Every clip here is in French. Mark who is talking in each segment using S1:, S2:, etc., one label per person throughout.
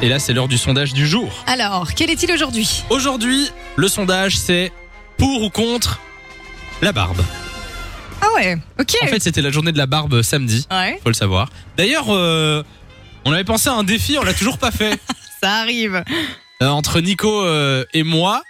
S1: Et là, c'est l'heure du sondage du jour.
S2: Alors, quel est-il aujourd'hui
S1: Aujourd'hui, le sondage, c'est pour ou contre la barbe.
S2: Ah ouais, ok.
S3: Eh
S1: En fait, c'était la journée de la barbe samedi,
S2: ouais,
S1: faut le savoir. D'ailleurs, euh, on avait pensé à un défi, on l'a toujours pas fait.
S2: ça arrive.
S1: Euh, entre Nico euh, et moi,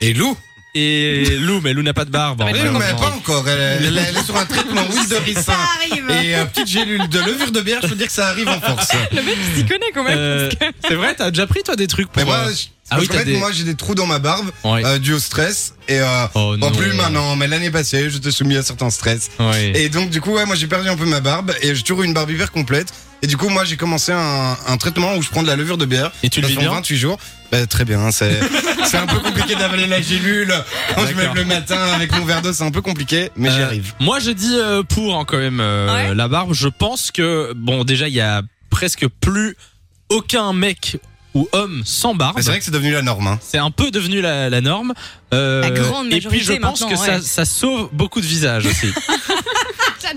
S3: Et Lou
S1: et Lou, mais Lou n'a pas de barbe. en
S3: Mais
S1: vrai,
S3: Lou, mais
S1: vraiment.
S3: pas encore. Elle, elle- elle est sur un traitement huile de
S2: Ça
S3: ricin
S2: arrive.
S3: et euh, petite gélule de levure de bière. Je peux dire que ça arrive en force.
S2: Le mec il s'y connaît quand même.
S1: Euh, c'est vrai, t'as déjà pris toi des trucs pour.
S3: Mais moi,
S1: euh,
S3: je-
S1: Ah
S3: parce
S1: oui,
S3: qu'en
S1: t'as
S3: fait,
S1: des-
S3: moi j'ai des trous dans ma barbe
S1: ouais.
S3: euh, dû au stress et euh,
S1: Oh
S3: bon,
S1: non.
S3: plus maintenant, mais l'année passée, j'étais soumis à certains stress.
S1: Ouais.
S3: Et donc du coup, ouais, moi j'ai perdu un peu ma barbe et j'ai toujours eu une barbe hyper complète. Et du coup, moi j'ai commencé un, un traitement où je prends de la levure de bière.
S1: Et tu le
S3: Ça
S1: vis
S3: fait
S1: bien
S3: 28 jours. Bah, très bien, c'est c'est un peu compliqué d'avaler la gélule quand je me lève
S1: D'accord.
S3: le matin avec mon verre d'eau, c'est un peu compliqué, mais j'y
S1: Euh,
S3: arrive.
S1: Moi, je dis euh, pour hein, quand même euh,
S2: Ouais.
S1: la barbe. Je pense que bon, déjà, il y a presque plus aucun mec ou homme sans barbe.
S3: Mais c'est vrai que c'est devenu la norme. Hein.
S1: C'est un peu devenu la, la norme. Euh,
S2: La grande
S1: et puis, je
S2: majorité
S1: pense que
S2: maintenant,
S1: ça,
S2: ouais.
S1: ça sauve beaucoup de visages aussi.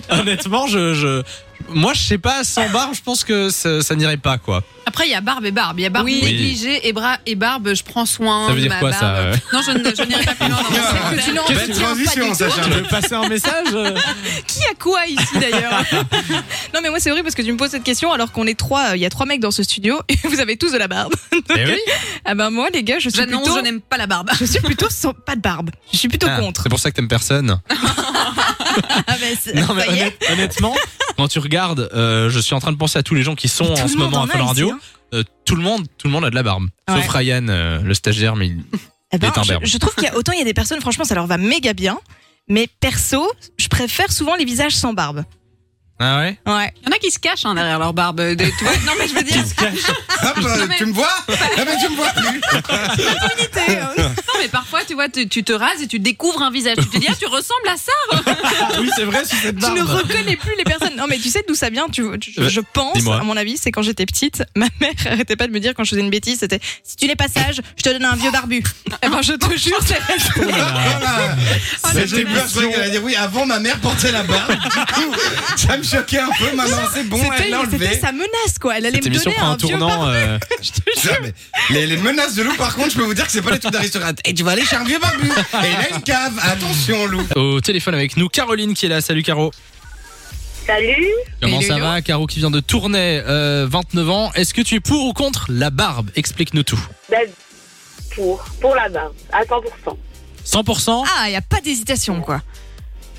S1: Honnêtement, je, je- moi, je sais pas, sans barbe, je pense que ça, ça n'irait pas quoi.
S4: Après, il y a barbe et barbe. Il y a barbe
S2: Oui.
S4: négligée et, bras et barbe, je prends soin
S1: Ça veut
S4: de
S1: dire
S4: ma
S1: quoi, ça, euh
S4: barbe.
S1: ouais
S4: Non, je ne- je n'irai pas plus loin dans mon
S3: Qu'est-ce
S4: que tu n'en
S1: Belle
S4: retiens
S3: transition,
S4: pas du
S3: Sacha.
S4: tout.
S1: Tu veux passer un message euh
S2: Qui a quoi ici d'ailleurs Non mais moi c'est horrible parce que tu me poses cette question alors qu'on est trois, euh, il y a trois mecs dans ce studio et vous avez tous de la barbe.
S1: Eh oui.
S2: Ah ben moi les gars je suis
S4: J'annonce,
S2: plutôt,
S4: je n'aime pas la barbe.
S2: je suis plutôt sans pas de barbe. Je suis plutôt
S1: Ah,
S2: contre.
S1: C'est pour ça que t'aimes personne.
S2: Ah ben c'est-
S1: Non, mais
S2: ça y est.
S1: honnête- honnêtement, quand tu regardes, euh, je suis en train de penser à tous les gens qui sont
S2: Tout
S1: en
S2: le
S1: ce
S2: monde
S1: moment à
S2: en a
S1: Fun
S2: ici,
S1: Radio.
S2: hein.
S1: Euh, tout le monde, tout le monde a de la barbe.
S2: Ouais.
S1: Sauf Ryan, euh, le stagiaire, mais il-
S2: Eh ben,
S1: Pétain
S2: je,
S1: berbe.
S2: je trouve qu'il y a autant il y a des personnes franchement ça leur va méga bien, mais perso je préfère souvent les visages sans barbe.
S1: Ah ouais
S2: Ouais.
S4: Il y en a qui se cachent hein, derrière leur barbe. de- tu vois. non, mais je veux dire.
S3: Hop, euh,
S4: mais-
S3: tu me vois Ah ben tu me vois plus
S4: Non, mais parfois, tu vois, tu, tu te rases et tu découvres un visage. Tu te dis, ah, tu ressembles à ça.
S1: Ah Oui, c'est vrai, sur cette
S2: Tu ne reconnais plus les personnes. Non, mais tu sais d'où ça vient. Tu, tu- je-
S3: Euh,
S2: je pense,
S1: Dis-moi.
S2: à mon avis, c'est quand j'étais petite, ma mère arrêtait pas de me dire quand je faisais une bêtise, c'était si tu n'es pas sage, je te donne un vieux barbu. Eh ben, je te jure, c'est resté.
S1: Bah,
S3: Voilà.
S1: la
S3: J'ai peur, je
S1: génération.
S3: croyais qu'elle allait dire oui, avant ma mère portait la barbe. Du coup, ça me choquait un peu, maintenant c'est bon,
S2: C'était
S3: elle l'a
S2: c'était
S3: enlevé.
S2: sa menace, quoi. Elle allait
S1: Cette
S2: me
S1: émission
S2: donner
S1: prend
S2: un,
S1: un
S2: vieux barbu.
S1: tournant. euh,
S3: Putain, mais les, les menaces de loup, par contre, je peux vous dire que c'est pas les trucs d'aristocrate. Et tu vas aller chez un vieux barbu. Et il a une cave. Attention, loup.
S1: euh, au téléphone avec nous, Caroline qui est là. Salut Caro.
S5: Salut.
S1: Comment
S4: Hello,
S1: ça
S4: hello.
S1: va Caro qui vient de tourner 29 ans. Est-ce que tu es pour ou contre la barbe Explique-nous tout.
S5: Ben, pour, pour la barbe, à 100%.
S1: 100%
S2: Ah, il n'y a pas d'hésitation, quoi.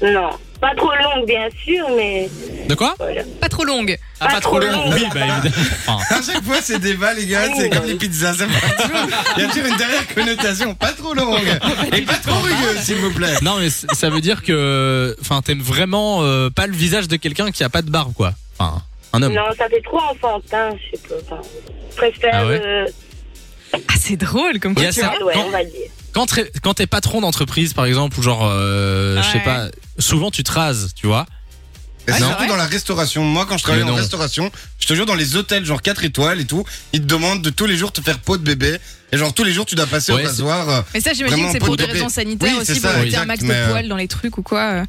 S5: Non, pas trop longue, bien sûr, mais
S2: Ah.
S1: De quoi
S5: voilà.
S2: Pas trop longue.
S1: Ah,
S5: pas trop long.
S1: Oui, bah évidemment. Enfin,
S3: À chaque fois, c'est des bas, les gars. C'est comme les pizzas. ça fait toujours- Il y a toujours une dernière connotation. Pas trop longue. Et pas trop rugueuse, s'il vous plaît.
S1: non, mais c- ça veut dire que. Enfin, t'aimes vraiment euh, pas le visage de quelqu'un qui a pas de barbe, quoi. Enfin, un homme.
S5: Non, ça fait trop enfantin, je sais pas. Enfin, je préfère.
S1: Ah ouais
S5: euh,
S2: Ah, c'est drôle comme
S1: Il y a
S2: question.
S1: ça-
S5: ouais, ouais,
S1: quand-
S5: on va le dire.
S1: quand t'es, quand t'es patron d'entreprise, par exemple, ou genre, euh, je sais
S2: Ouais.
S1: pas, souvent tu te rases, tu vois.
S3: Et
S2: Ah, c'est
S3: surtout
S2: vrai
S3: dans la restauration. Moi, quand je travaille
S1: Mais
S3: en
S1: non.
S3: restauration, je te jure, dans les hôtels, genre 4 étoiles et tout, ils te demandent de tous les jours te faire peau de bébé. Et genre, tous les jours, tu dois passer
S1: Ouais,
S3: au
S1: c'est-
S3: rasoir. euh,
S2: Mais ça, j'imagine
S3: Vraiment
S2: que c'est pour
S3: pour
S2: des
S3: taper.
S2: raisons sanitaires
S3: Oui, c'est
S2: aussi,
S3: ça,
S2: pour éviter
S3: exact,
S2: un max de
S3: mais, euh,
S2: poils dans les trucs ou quoi.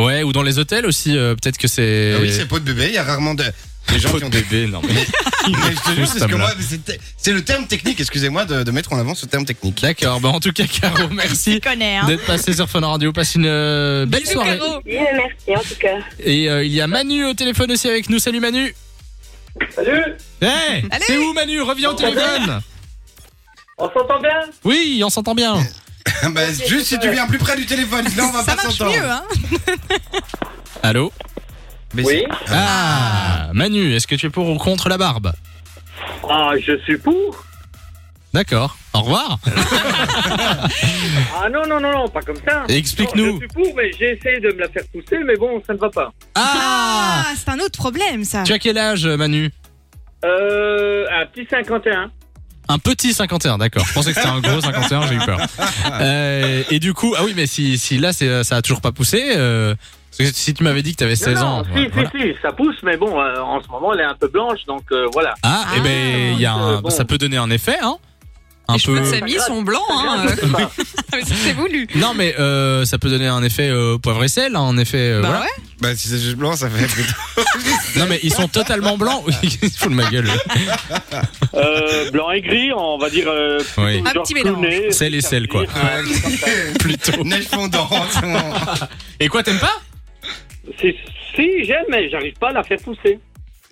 S1: Ouais, ou dans les hôtels aussi, euh, peut-être que c'est.
S3: Ah oui, c'est peau de bébé. Il y a rarement de. Les gens
S1: Peau
S3: qui
S1: de
S3: ont des.
S1: bébé, non, mais-
S3: Mais je te jure, c'est
S1: Cet
S3: ce que
S1: homme-là.
S3: moi- mais c'est- C'est le terme technique, excusez-moi de, de mettre en avant ce terme technique.
S1: D'accord, bah en tout cas, Caro, merci
S2: connais, hein.
S1: d'être passé sur Fun Radio. Passe une euh, belle soirée.
S5: Oui, mais merci en tout cas.
S1: Et euh, il y a Manu au téléphone aussi avec nous. Salut Manu.
S6: Salut
S1: Hey,
S2: Allez.
S1: c'est où Manu Reviens au téléphone.
S6: On s'entend bien
S1: Oui, on s'entend bien.
S3: Ah bah, juste si tu viens plus près du téléphone, sinon on va
S2: euh, Ça
S3: pas
S2: marche
S3: s'entendre.
S2: mieux, hein.
S1: Allô
S3: Mais
S6: Oui.
S3: c'est- Ah,
S1: Ah, Manu, est-ce que tu es pour ou contre la barbe
S6: Ah, je suis pour
S1: D'accord. Au revoir.
S6: Ah non, non, non, non, pas comme ça
S1: Explique-nous.
S6: Non, Je suis pour, mais j'ai essayé de me la faire pousser, mais bon, ça ne va pas.
S1: Ah
S2: Ah, c'est un autre problème, ça.
S1: Tu as quel âge, Manu
S6: Euh, un petit 51.
S1: Un petit 51, d'accord. Je pensais que c'était un gros 51, j'ai eu peur. Euh, et du coup, ah oui, mais si, si là, c'est, ça a toujours pas poussé, euh, parce que si tu m'avais dit que t'avais 16
S6: non,
S1: ans.
S6: non,
S1: voilà.
S6: si, si, si, ça pousse, mais bon, euh, en ce moment, elle est un peu blanche, donc euh, voilà.
S1: Ah, et eh ben, il y a un-
S6: Ah, bon.
S1: ça peut donner un effet, hein. un
S4: Les cheveux
S1: peu.
S4: de Samy sont blancs.
S2: Ah,
S4: Hein. euh.
S2: mais ça, c'est voulu.
S1: Non, mais euh, ça peut donner un effet euh, poivre et sel, en effet. euh,
S2: bah
S1: voilà.
S2: ouais.
S3: Bah, si c'est juste blanc, ça fait plutôt.
S1: Non, mais ils sont totalement blancs. Oui, Ils se foutent de ma gueule.
S6: Euh, blanc et gris, on va dire. Euh, plutôt
S1: Oui.
S2: Un
S6: genre
S2: petit mélange.
S6: Clooney,
S1: Sel et sel, quoi.
S6: euh,
S1: Plutôt.
S3: Neige fondante.
S1: Et quoi, t'aimes pas
S6: c'est- Si, j'aime, mais j'arrive pas à la faire pousser.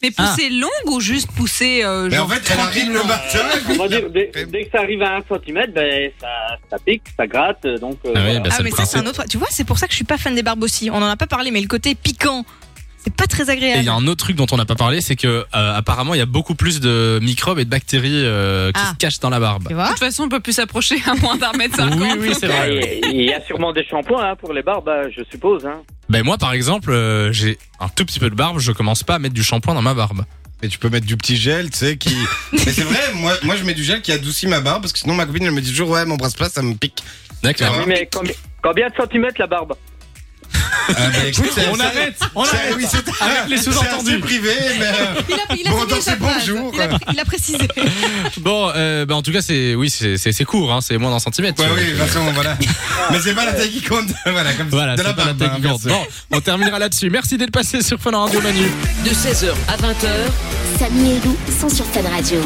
S4: Mais
S1: Ah.
S4: pousser longue ou juste pousser euh,
S3: Mais en
S4: genre
S3: fait, elle arrive le matin. et
S6: On
S3: puis-
S6: va dire, dès,
S2: Ah,
S3: Fais-
S6: dès que ça arrive à 1 cm, ben, ça, ça pique, ça gratte. Donc, euh,
S1: Ah oui,
S6: voilà.
S1: bah,
S2: Ah,
S1: c'est le
S2: mais ça, c'est
S1: principe.
S2: un autre. Tu vois, c'est pour ça que je suis pas fan des barbes aussi. On en a pas parlé, mais le côté piquant, c'est pas très
S1: Et il y
S2: agréable.
S1: a un autre truc dont on n'a pas parlé, c'est que euh, apparemment il y a beaucoup plus de microbes et de bactéries euh, qui
S2: Ah.
S1: se cachent dans la barbe.
S2: Tu
S4: De
S2: vois
S4: toute façon, on peut plus s'approcher à moins d'un mètre cinquante.
S1: Oui, oui, c'est
S6: Ah,
S1: vrai.
S6: Il il y a sûrement des shampoings hein, pour les barbes, hein, je suppose. Hein.
S1: Ben moi par exemple, euh, j'ai un tout petit peu de barbe, je commence pas à mettre du shampoing dans ma barbe.
S3: Mais tu peux mettre du petit gel, tu sais, qui. Mais c'est vrai, moi, moi, je mets du gel qui adoucit ma barbe parce que sinon ma copine elle me dit toujours ouais, m'embrasse pas, ça me pique.
S1: D'accord.
S3: Ah.
S6: Oui, mais combi- combien de centimètres la barbe
S3: Ah, bah, écoute, c'est-
S1: On
S3: c'est-
S1: arrête, on
S3: c'est-
S1: arrête.
S3: Oui, c'est ah,
S1: Avec les
S3: c'est
S1: sous-entendus.
S3: assez privé, mais. euh,
S2: Il a, il a
S3: Bon,
S2: signé
S3: donc
S2: sa
S3: c'est
S2: phrase.
S3: bonjour,
S2: Il a, il a précisé.
S1: Bon, euh, ben en tout cas c'est, oui c'est c'est c'est court, hein, c'est moins d'un centimètre.
S3: Bah
S1: Euh,
S3: oui, de toute façon, voilà. Mais c'est pas la taille qui compte. Voilà, comme
S1: Voilà,
S3: de
S1: c'est
S3: la
S1: pas la
S3: barbe. hein, bien
S1: technique.
S3: sûr.
S1: Bon, on terminera là-dessus. Merci d'être passé sur Fun Radio Manu.
S7: De 16h à 20h,
S8: Samy et Lou sont sur Fan Radio.